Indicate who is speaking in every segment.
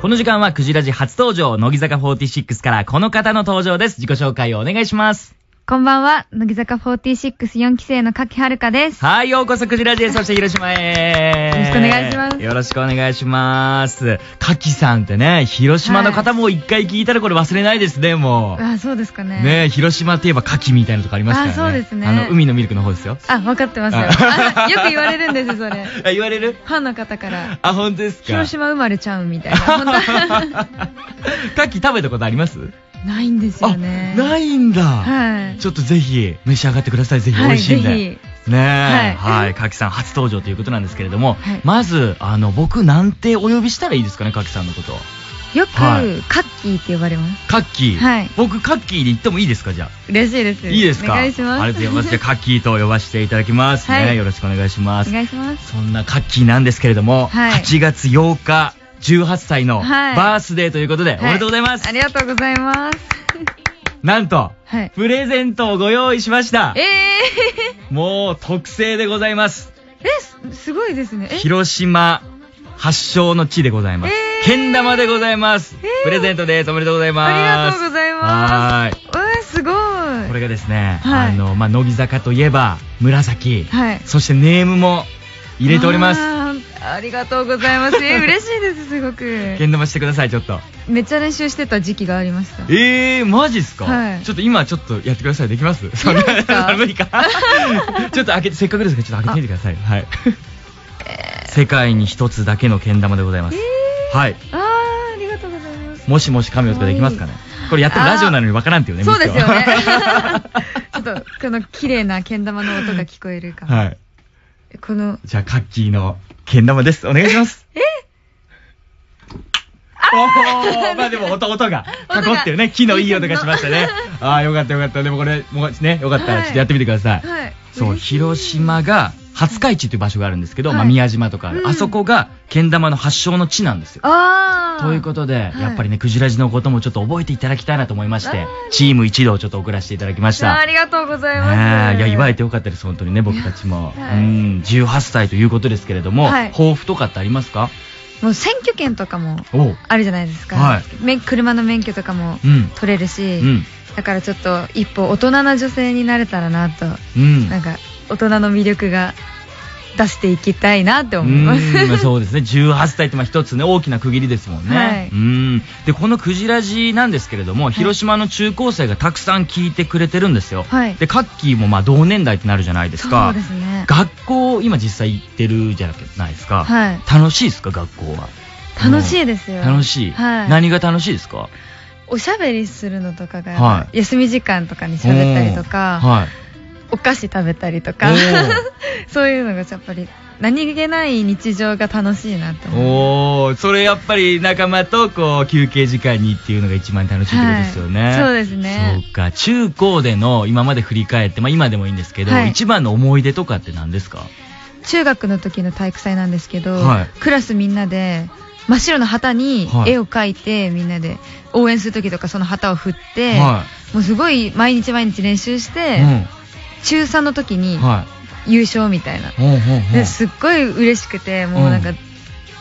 Speaker 1: この時間はクジラジ初登場、乃木坂46からこの方の登場です。自己紹介をお願いします。
Speaker 2: こんばんは、乃木坂464期生の柿遥香です。
Speaker 1: はい、ようこそクジラジへ、そして広島へ。
Speaker 2: よろしくお願いします
Speaker 1: よろしくお願いします。かきさんってね、広島の方も一回聞いたらこれ忘れないですね、もう。
Speaker 2: あ、そうですかね。
Speaker 1: ね広島って言えば牡蠣みたいなとこありますからね。
Speaker 2: あそうですね
Speaker 1: あの、海のミルクの方ですよ。
Speaker 2: あ、わかってますよ。
Speaker 1: あ
Speaker 2: あよく言われるんですよ、それ。フ
Speaker 1: あ、言われる
Speaker 2: ァンの方から。
Speaker 1: あ、本当ですか
Speaker 2: 広島生まれちゃうみた いな。本
Speaker 1: 牡蠣食べたことあります
Speaker 2: 当ないんですよ
Speaker 1: あ、
Speaker 2: ね。
Speaker 1: ないんだ。
Speaker 2: はい。
Speaker 1: ちょっとぜひ召し上がってください。ぜひ美味しいんで。
Speaker 2: はいぜ
Speaker 1: ねえ、
Speaker 2: はい
Speaker 1: はい、かきさん初登場ということなんですけれども、
Speaker 2: はい
Speaker 1: まず、あの、僕、なんてお呼びしたらいいですかね、かきさんのこと。
Speaker 2: よく、
Speaker 1: はい
Speaker 2: カッキーって呼ばれます。
Speaker 1: カッキー。
Speaker 2: はい
Speaker 1: 僕、カッキーで言ってもいいですか、じゃあ。
Speaker 2: 嬉しいです。
Speaker 1: いいですか
Speaker 2: お願いします。
Speaker 1: ありがとうございます。じゃあ、カッキーと呼ばせていただきますね。
Speaker 2: はい
Speaker 1: よろしくお願いしま
Speaker 2: お
Speaker 1: す。
Speaker 2: 願いします。
Speaker 1: そんなカッキーなんですけれども、
Speaker 2: はい
Speaker 1: 8月8日、18歳の
Speaker 2: はい
Speaker 1: バースデーということで、おめでとうございます。
Speaker 2: はありがとうござ います。
Speaker 1: なんと、
Speaker 2: はい。
Speaker 1: プレゼントをご用意しました
Speaker 2: え。
Speaker 1: もう特製でございます。
Speaker 2: ー、 え、すすごいですね。え
Speaker 1: 広島発祥の地でございます。
Speaker 2: えー
Speaker 1: けん玉でございます、
Speaker 2: えー
Speaker 1: プレゼントです。おめでとうございます。
Speaker 2: ありがとうございます。
Speaker 1: は
Speaker 2: うわ、すごい。
Speaker 1: ーい。これがですね、
Speaker 2: はい
Speaker 1: あの、まあ、乃木坂といえば、紫、
Speaker 2: はい。
Speaker 1: そしてネームも入れております。
Speaker 2: あーありがとうございます。えー嬉しいです、すご
Speaker 1: け
Speaker 2: く。
Speaker 1: ん玉してください、ちょっと。
Speaker 2: めっちゃ練習してた時期がありました。
Speaker 1: えー、マジっすか、
Speaker 2: はい
Speaker 1: ちょっと今ちょっとやってください。できますそん
Speaker 2: 無理ですか
Speaker 1: 無理か。 ちょっと開けて、せっかくですから、ちょっと開けてみてください。はい。世界に一つだけのけん玉でございます。はい。
Speaker 2: あー、ありがとうございます。
Speaker 1: もしもし神をとかできますかねこれやってもラジオなのにわからんっていうね。
Speaker 2: そうですよね
Speaker 1: ミス。
Speaker 2: ちょっと、この綺麗なけん玉の音が聞こえるか
Speaker 1: は
Speaker 2: も。
Speaker 1: はい。
Speaker 2: この、
Speaker 1: じゃあ、カッキーのけん玉です。お願いします。えおーまあでも音、音が、囲
Speaker 2: 音が
Speaker 1: ってるね。木のいい音がしましたね。ああ、よかったよかった。でもこれ、もうね、よかったらちょっとやってみてください。
Speaker 2: はい。
Speaker 1: そう、
Speaker 2: 嬉しい
Speaker 1: 広。島が、廿日市っていう場所があるんですけど、
Speaker 2: はい
Speaker 1: まあ宮島とかある、
Speaker 2: うん
Speaker 1: あそこが、けん玉の発祥の地なんですよ。
Speaker 2: あー。
Speaker 1: ということで、
Speaker 2: はい
Speaker 1: やっぱりね、クジラジのこともちょっと覚えていただきたいなと思いまして
Speaker 2: あー、
Speaker 1: チーム一同ちょっと送らせていただきまし
Speaker 2: あー
Speaker 1: た
Speaker 2: あ。りがとうございま
Speaker 1: ね
Speaker 2: す。
Speaker 1: えいや、祝えてよかったです、本当にね、僕たちも。
Speaker 2: いやはい
Speaker 1: うん、18歳ということですけれども、
Speaker 2: はい
Speaker 1: 抱負とかってありますか
Speaker 2: もう選挙権とかも
Speaker 1: おう。
Speaker 2: あるじゃないですか。
Speaker 1: はい
Speaker 2: め車の免許とかも
Speaker 1: うん。
Speaker 2: 取れるし、
Speaker 1: うん。
Speaker 2: だからちょっと一歩大人な女性になれたらなと
Speaker 1: うん。
Speaker 2: なんか大人の魅力が出していきたいなって
Speaker 1: う
Speaker 2: 思います。
Speaker 1: んそうですね18歳ってまあ一つね大きな区切りですもんね、
Speaker 2: はい
Speaker 1: うんでこの「クジラジ」なんですけれども、広島の中高生がたくさん聞いてくれてるんですよ、
Speaker 2: はい
Speaker 1: でカッキーもまあ同年代ってなるじゃないです
Speaker 2: そ
Speaker 1: か
Speaker 2: うですね。
Speaker 1: 学校今実際行ってるじゃないですか、
Speaker 2: はい。
Speaker 1: 楽しいですか学校は
Speaker 2: 楽しいですよ。
Speaker 1: 楽しい、
Speaker 2: はい。
Speaker 1: 何が楽しいですか
Speaker 2: おしゃべりするのとかが、
Speaker 1: はい
Speaker 2: 休み時間とかに喋ったりとか、
Speaker 1: はい
Speaker 2: お菓子食べたりとか、 そういうのがやっぱり何気ない日常が楽しいなって思う。
Speaker 1: おおーそれやっぱり仲間とこう休憩時間にっていうのが一番楽しいことですよね、
Speaker 2: はいそうですね
Speaker 1: そうか中高での今まで振り返って、まあ、今でもいいんですけど、
Speaker 2: はい
Speaker 1: 一番の思い出とかって何ですか
Speaker 2: 中学の時の体育祭なんですけど、
Speaker 1: はい
Speaker 2: クラスみんなで真っ白な旗に
Speaker 1: はい
Speaker 2: 絵を描いて、みんなで応援する時とかその旗を振って、
Speaker 1: は
Speaker 2: もうすごい毎日毎日練習して、中3の時
Speaker 1: う
Speaker 2: に
Speaker 1: んは
Speaker 2: 優勝みたいな、
Speaker 1: いほうほうほう
Speaker 2: ですっごい嬉しくてもうなんか、
Speaker 1: うん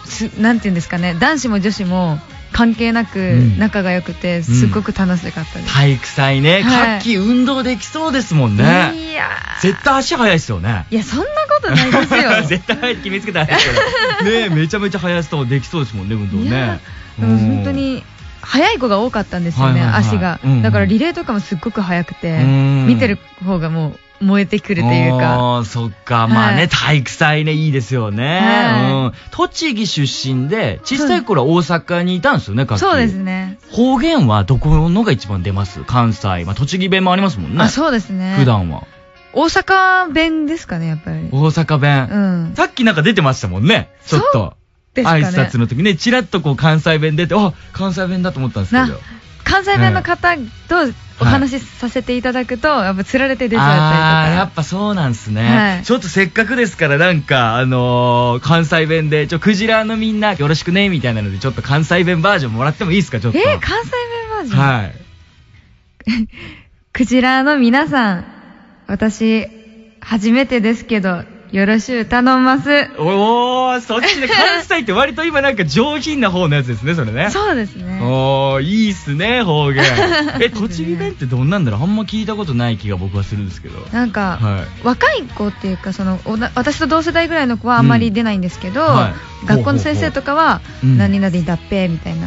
Speaker 2: すなんて言うんですかね男子も女子も関係なく
Speaker 1: うん
Speaker 2: 仲が良くて、すっごく楽しかったです、
Speaker 1: 体育祭ね
Speaker 2: はい
Speaker 1: 活気運動できそうですもんね、
Speaker 2: いやー
Speaker 1: 絶対足速いですよね
Speaker 2: いやそんなことないですよ
Speaker 1: 絶対速いって決めつ けたら早いですけどねえめちゃめちゃ速さできそうですもんね運動
Speaker 2: いや
Speaker 1: ね
Speaker 2: でも本当に早い子が多かったんですよね、
Speaker 1: はいはいはい
Speaker 2: 足が、
Speaker 1: うんうん
Speaker 2: だからリレーとかもすっごく早くて、
Speaker 1: うん
Speaker 2: 見てる方がもう燃えてくるというか
Speaker 1: あーそっか、まあね、
Speaker 2: はい
Speaker 1: 体育祭ね、いいですよね。
Speaker 2: は
Speaker 1: うん。栃木出身で、小さい頃は大阪にいたんですよね、楽器
Speaker 2: そうです。ね
Speaker 1: 方言はどこのが一番出ます関西。まあ、栃木弁もありますもんね。
Speaker 2: あそうですね
Speaker 1: 普段は。
Speaker 2: 大阪弁ですかねやっぱり
Speaker 1: 大阪弁。
Speaker 2: うん
Speaker 1: さっきなんか出てましたもんね、ちょっと。
Speaker 2: ですか
Speaker 1: 挨
Speaker 2: ね
Speaker 1: 拶の時ね、ちらっとこう関西弁出て、あ、関西弁だと思ったんですけど
Speaker 2: な。関西弁の方とお話しさせていただくと、やっぱ釣られて出ちゃ
Speaker 1: あ
Speaker 2: った
Speaker 1: ー
Speaker 2: り
Speaker 1: や
Speaker 2: と
Speaker 1: っ
Speaker 2: か。
Speaker 1: ぱそうなんすね、
Speaker 2: はい
Speaker 1: ちょっとせっかくですからなんかあのー関西弁でちょクジラのみんなよろしくねみたいなのでちょっと関西弁バージョンもらってもいいですかちょっと
Speaker 2: えー、関西弁バージョン、
Speaker 1: はい
Speaker 2: クジラの皆さん、私、初めてですけど、よろしゅう頼んます。
Speaker 1: おー、そっちで関西って割と今なんか上品な方のやつですね、それね。
Speaker 2: そうですね。
Speaker 1: おー、いいっすね、方 言。え、栃木弁ってどんなんだろうあんま聞いたことない気が僕はするんですけど。
Speaker 2: なんか、
Speaker 1: はい
Speaker 2: 若い子っていうかそのおな私と同世代ぐらいの子はあんまり出ないんですけど、
Speaker 1: うんはい
Speaker 2: 学校の先生とかは
Speaker 1: ほうほうほううん
Speaker 2: 何々だっぺみたいな、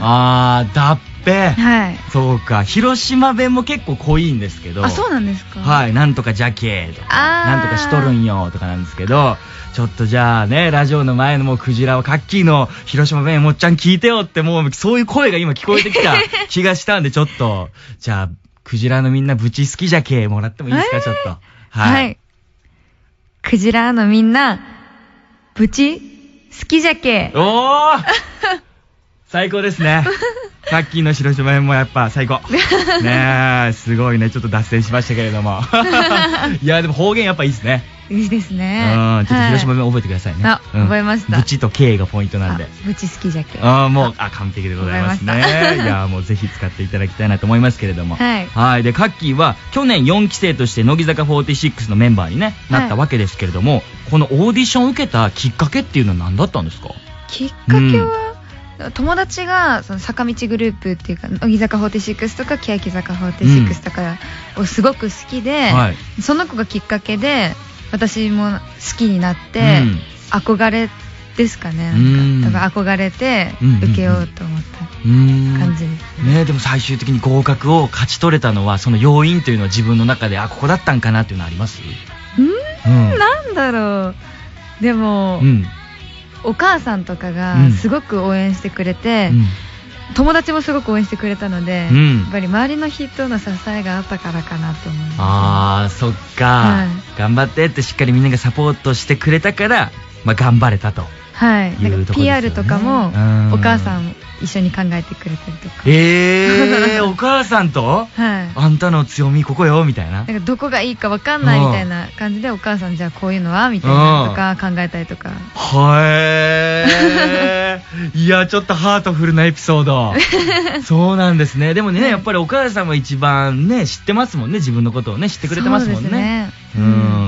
Speaker 1: あー、だっぺ。
Speaker 2: はい
Speaker 1: そうか、広島弁も結構濃いんですけど。
Speaker 2: あそうなんですか
Speaker 1: はい、なんとかじゃけーとか、
Speaker 2: あー
Speaker 1: なんとかしとるんよとかなんですけど、ちょっとじゃあね、ラジオの前のもうクジラはカッキーの広島弁もっちゃん聞いてよってもうそういう声が今聞こえて きた気がしたんでちょっと、じゃあクジラのみんなブチ好きじゃけーもらってもいいですか、ちょっと。
Speaker 2: はい、。クジラのみんなブチ好きじゃけ
Speaker 1: おー最高です ね。カッキーの広島弁もやっぱ最高。ねえ、すごいね。ちょっと脱線しましたけれど も。いや、でも方言やっぱいいですね。
Speaker 2: いいですね
Speaker 1: うん、ちょっと広島
Speaker 2: はい
Speaker 1: 弁覚えてくださいね。
Speaker 2: あ
Speaker 1: うん
Speaker 2: 覚えました
Speaker 1: ブチと K がポイントなんで
Speaker 2: あ。ブチ好きじゃけ
Speaker 1: あもう、あ、完璧でございますね。
Speaker 2: 覚えまし
Speaker 1: い
Speaker 2: た
Speaker 1: や、もうぜひ使っていただきたいなと思いますけれども。
Speaker 2: はい
Speaker 1: で、カッキーは、去年4期生として、乃木坂46のメンバーにね、
Speaker 2: はい
Speaker 1: なったわけですけれども、このオーディションを受けたきっかけっていうのは何だったんですか
Speaker 2: きっかけは、友達がその坂道グループっていうか乃木坂46とか欅坂46とかをすごく好きで、
Speaker 1: はい
Speaker 2: その子がきっかけで私も好きになって、
Speaker 1: うん
Speaker 2: 憧れですかね
Speaker 1: うん
Speaker 2: なんか多分憧れて
Speaker 1: うんうんうん
Speaker 2: 受けようと思った
Speaker 1: うーん
Speaker 2: 感じです、
Speaker 1: ねでも最終的に合格を勝ち取れたのは、その要因というのは自分の中で、あ、ここだったんかなっていうのはあります
Speaker 2: うんなんだろうでも、
Speaker 1: うん。
Speaker 2: お母さんとか
Speaker 1: う
Speaker 2: が
Speaker 1: ん
Speaker 2: すごく応援してくれ
Speaker 1: う
Speaker 2: て、
Speaker 1: ん。
Speaker 2: 友達もすごく応援してくれたので、
Speaker 1: うん
Speaker 2: やっぱり周りの人の支えがあったからかなと思います
Speaker 1: あーそっか、
Speaker 2: はい
Speaker 1: 頑張ってってしっかりみんながサポートしてくれたから、まあ、頑張れた と
Speaker 2: はい
Speaker 1: い
Speaker 2: な
Speaker 1: うんとこ
Speaker 2: か
Speaker 1: ですよね
Speaker 2: PR とかも
Speaker 1: うん
Speaker 2: お母さん一緒に考えてくれたりとか
Speaker 1: えー、お母さんと
Speaker 2: はい
Speaker 1: あんたの強みここよみたいな
Speaker 2: なんかどこがいいかわかんないみたいな感じでお母さんじゃあこういうのはみたいなとか考えたりとか
Speaker 1: はえー、いやちょっとハートフルなエピソー ドそうなんですねでもねやっぱりお母さんは一番ね知ってますもんね自分のことをね知ってくれてますもん
Speaker 2: そうです
Speaker 1: ね
Speaker 2: ね
Speaker 1: うー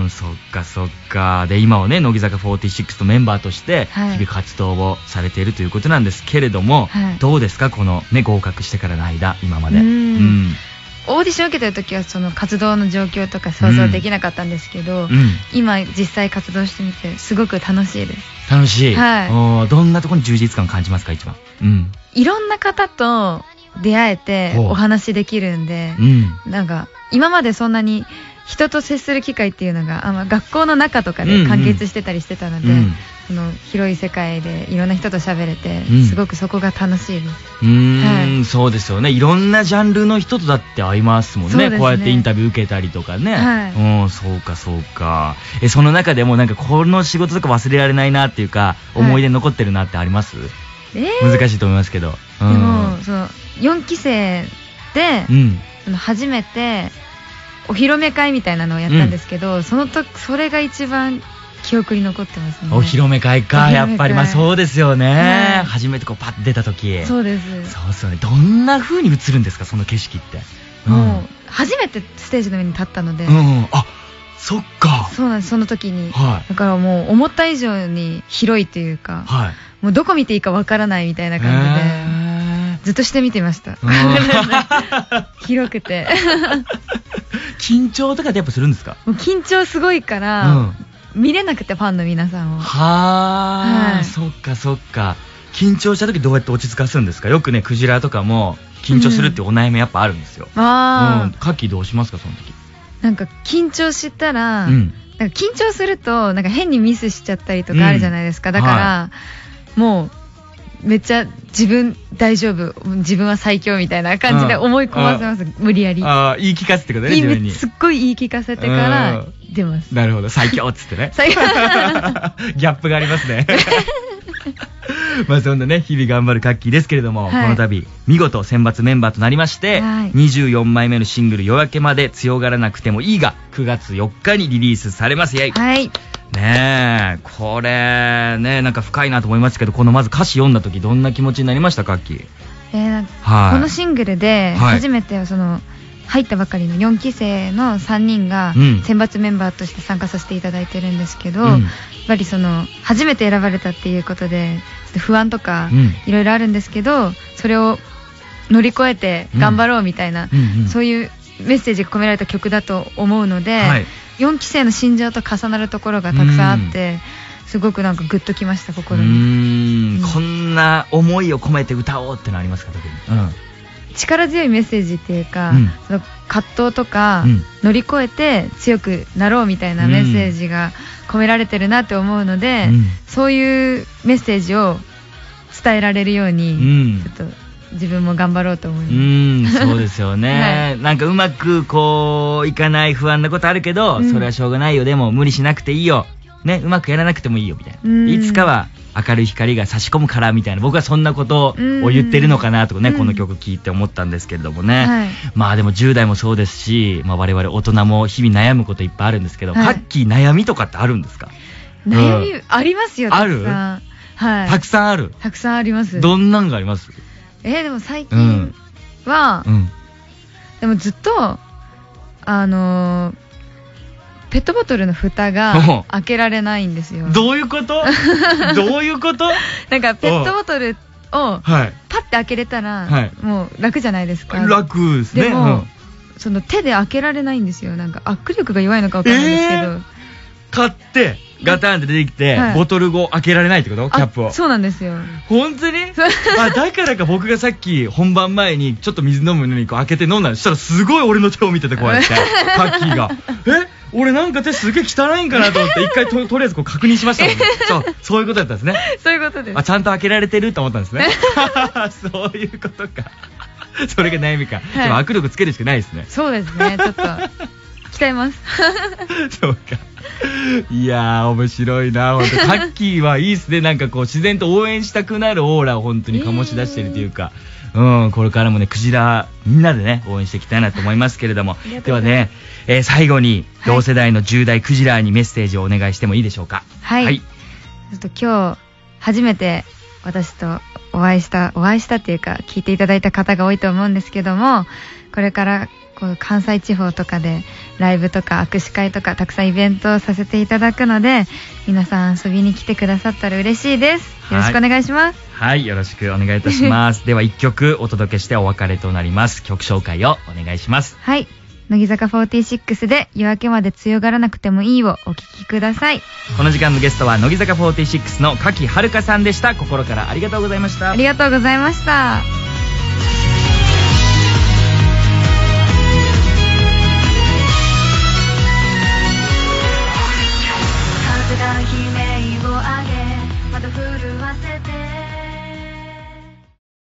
Speaker 1: ん、そっかそっか。で、今はね、乃木坂46のメンバーとして、
Speaker 2: はい
Speaker 1: 日々活動をされているということなんですけれども、
Speaker 2: はい
Speaker 1: どうですか、このね、合格してからの間、今まで。
Speaker 2: うんオーディション受けてる時はその活動の状況とか想像できなかったんですけど、
Speaker 1: うんうん
Speaker 2: 今実際活動してみてすごく楽しいです
Speaker 1: 楽しい。
Speaker 2: はい
Speaker 1: おーどんなところに充実感感じますか、一番。うん。
Speaker 2: いろんな方と出会えて
Speaker 1: ほう
Speaker 2: お話しできるんで
Speaker 1: うん。
Speaker 2: なんか今までそんなに人と接する機会っていうのがあんま学校の中とか
Speaker 1: うんう
Speaker 2: で
Speaker 1: ん
Speaker 2: 完結してたりしてたので、
Speaker 1: うん
Speaker 2: その広い世界でいろんな人と喋れて、
Speaker 1: うん
Speaker 2: すごくそこが楽しいです。
Speaker 1: うーん、
Speaker 2: は
Speaker 1: そうですよね。いろんなジャンルの人とだって会いますもん
Speaker 2: そう
Speaker 1: ね。
Speaker 2: ですね
Speaker 1: こうやってインタビュー受けたりとかね。
Speaker 2: はい
Speaker 1: うん、そうかそうか。え、その中でもなんかこの仕事とか忘れられないなっていうか、
Speaker 2: はい
Speaker 1: 思い出残ってるなってあります、
Speaker 2: えー
Speaker 1: 難しいと思いますけど。う
Speaker 2: で
Speaker 1: ん
Speaker 2: も。その4期生で、
Speaker 1: うん。
Speaker 2: その初めてお披露目会みたいなのをやったんですけど、そのとそれが一番記憶に残ってますね。
Speaker 1: お披露目会
Speaker 2: お披
Speaker 1: か、
Speaker 2: 露
Speaker 1: や
Speaker 2: 目会
Speaker 1: っぱり。まあそうですよね。
Speaker 2: はい
Speaker 1: 初めてこうパッて出た時。
Speaker 2: そううです。
Speaker 1: そうですよね。どんな風に映るんですか、その景色って。ん
Speaker 2: もう初めてステージの上に立ったので、
Speaker 1: うん。あ、そっか。
Speaker 2: そうなんですその時に。
Speaker 1: はい。
Speaker 2: だからもう思った以上に広いというか、
Speaker 1: はい。
Speaker 2: もうどこ見ていいかわからないみたいな感じで、
Speaker 1: へー
Speaker 2: ずっとして見てました
Speaker 1: うん
Speaker 2: 広 くて
Speaker 1: 緊張とかってやっぱするんですか
Speaker 2: もう緊張すごいか
Speaker 1: う
Speaker 2: ら、
Speaker 1: ん。
Speaker 2: 見れなくてファンの皆さんを
Speaker 1: は
Speaker 2: は
Speaker 1: あ、
Speaker 2: い
Speaker 1: そっかそっか。緊張した時どうやって落ち着かすんですかよくね、クジラとかも緊張するってお悩みやっぱあるんですよ。う
Speaker 2: あ
Speaker 1: ん。
Speaker 2: ー、
Speaker 1: カッキーどうしますか、その時。
Speaker 2: なんか緊張したら、
Speaker 1: うん。
Speaker 2: なんか緊張するとなんか変にミスしちゃったりとかあるじゃないですか、
Speaker 1: うん
Speaker 2: だから、もうめっちゃ自分大丈夫自分は最強みたいな感じで
Speaker 1: うん
Speaker 2: 思い込ませます、無理やり
Speaker 1: ああ、言い聞かせてください、
Speaker 2: いい
Speaker 1: 自分に。
Speaker 2: すっごい言い聞かせてから出ます
Speaker 1: なるほど、最強っつってね。
Speaker 2: 最
Speaker 1: ギャップがありますね。まあそんなね、日々頑張るカッキーですけれども、
Speaker 2: はい
Speaker 1: この度、見事選抜メンバーとなりまして、
Speaker 2: はい
Speaker 1: 24枚目のシングル夜明けまで強がらなくてもいいが、9月4日にリリースされます。イェイ
Speaker 2: はい
Speaker 1: ねえ、これ、ねなんか深いなと思いましたけど、このまず歌詞読んだ時どんな気持ちになりました、カッキー。
Speaker 2: えーなんか
Speaker 1: はい。
Speaker 2: このシングルで
Speaker 1: はい
Speaker 2: 初めてその、入ったばかりの4期生の3人が
Speaker 1: うん
Speaker 2: 選抜メンバーとして参加させていただいてるんですけど、
Speaker 1: うん
Speaker 2: やっぱりその初めて選ばれたっていうことでちょっと不安とか
Speaker 1: うん
Speaker 2: いろいろあるんですけどそれを乗り越えて頑張ろうみたいな、
Speaker 1: うんうん
Speaker 2: そういうメッセージが込められた曲だと思うので、
Speaker 1: はい
Speaker 2: 4期生の心情と重なるところがたくさんあって、すごくなんかグッときました
Speaker 1: うー
Speaker 2: 心に
Speaker 1: ん
Speaker 2: うん
Speaker 1: こんな思いを込めて歌おうってのありますか特に
Speaker 2: 力強いメッセージっていうか、
Speaker 1: うん
Speaker 2: その葛藤とか、
Speaker 1: うん
Speaker 2: 乗り越えて強くなろうみたいなメッセージが込められてるなって思うので、
Speaker 1: うん
Speaker 2: そういうメッセージを伝えられるよう
Speaker 1: う
Speaker 2: に、
Speaker 1: ん
Speaker 2: ちょっと自分も頑張ろうと思います。
Speaker 1: うん、そうですよ ね、なんかうまくこういかない不安なことあるけど、
Speaker 2: うん
Speaker 1: それはしょうがないよでも無理しなくていいよ、ね、うまくやらなくてもいいよみたいな、
Speaker 2: うん
Speaker 1: いつかは明るい光が差し込むからみたいな僕はそんなことを言ってるのかなとかね、
Speaker 2: うん
Speaker 1: この曲聴いて思ったんですけれどもね、
Speaker 2: はい
Speaker 1: まあでも10代もそうですし、まあ、我々大人も日々悩むこといっぱいあるんですけど、
Speaker 2: はい
Speaker 1: ハッキー悩みとかってあるんですか、
Speaker 2: 悩みありますよ、た
Speaker 1: あ
Speaker 2: く
Speaker 1: る
Speaker 2: さん。はい。
Speaker 1: たくさんある
Speaker 2: たくさんあります。
Speaker 1: どんなんがあります
Speaker 2: えーでも最
Speaker 1: う
Speaker 2: 近
Speaker 1: ん
Speaker 2: は、
Speaker 1: うん
Speaker 2: でもずっと、あのーペットボトルの蓋
Speaker 1: お
Speaker 2: が
Speaker 1: う
Speaker 2: 開けられないんですよ。
Speaker 1: どういうことどういうこと
Speaker 2: なんかペットボトルを
Speaker 1: はい
Speaker 2: パッて開けれたら、
Speaker 1: はい
Speaker 2: もう楽じゃないですか。
Speaker 1: 楽ですね
Speaker 2: でも、その手で開けられないんですよ。なんか握力が弱いのかわかんないですけど。
Speaker 1: えー買ってガタンって出てきて、
Speaker 2: はい
Speaker 1: ボトルを開けられないってことキャップを
Speaker 2: あそうな んですよ。
Speaker 1: 本当に
Speaker 2: そう
Speaker 1: あだからか僕がさっき本番前にちょっと水飲むのにこう開けて飲んだのしたらすごい俺の手を見ててこうやってタッキーがえ俺なんか手すげえ汚いんかなと思っ て一回ととりあえずこう確認しましたもんねそうそういうことだったんですね
Speaker 2: そういうことです
Speaker 1: あ。ちゃんと開けられてると思ったんですね そういうことかそれが悩みか、
Speaker 2: はい
Speaker 1: でも握力つけるしかないですね
Speaker 2: そうですね、ちょ っと。鍛えます。
Speaker 1: そうか。いやー、面白いな、本当タッキーはいいっすね。なんかこう、自然と応援したくなるオーラを本当に醸し出してるというか、うん、これからもね、クジラ、みんなでね、応援していきたいなと思いますけれども
Speaker 2: りが、と
Speaker 1: で
Speaker 2: う
Speaker 1: は
Speaker 2: ござい
Speaker 1: ね、えー最後に、
Speaker 2: はい
Speaker 1: 同世代の10代クジラにメッセージをお願いしてもいいでしょうか。
Speaker 2: はいちょっと今日、初めて私とお会いした、お会いしたっていうか、聞いていただいた方が多いと思うんですけども、これから、こう、関西地方とかで、ライブとか握手会とか、たくさんイベントをさせていただくので、皆さん遊びに来てくださったら嬉しいです。よろしくお願いします。
Speaker 1: はい、よろしくお願いいたし ます。では、1曲お届けしてお別れとなります。曲紹介をお願いします。
Speaker 2: はい。乃木坂46で夜明けまで強がらなくてもいいをお聞きください。
Speaker 1: この時間のゲストは、乃木坂46の柿遥さんでした。心からありがとうございました
Speaker 2: あ。りがとうございました。風が悲鳴を上げ、また震わせて。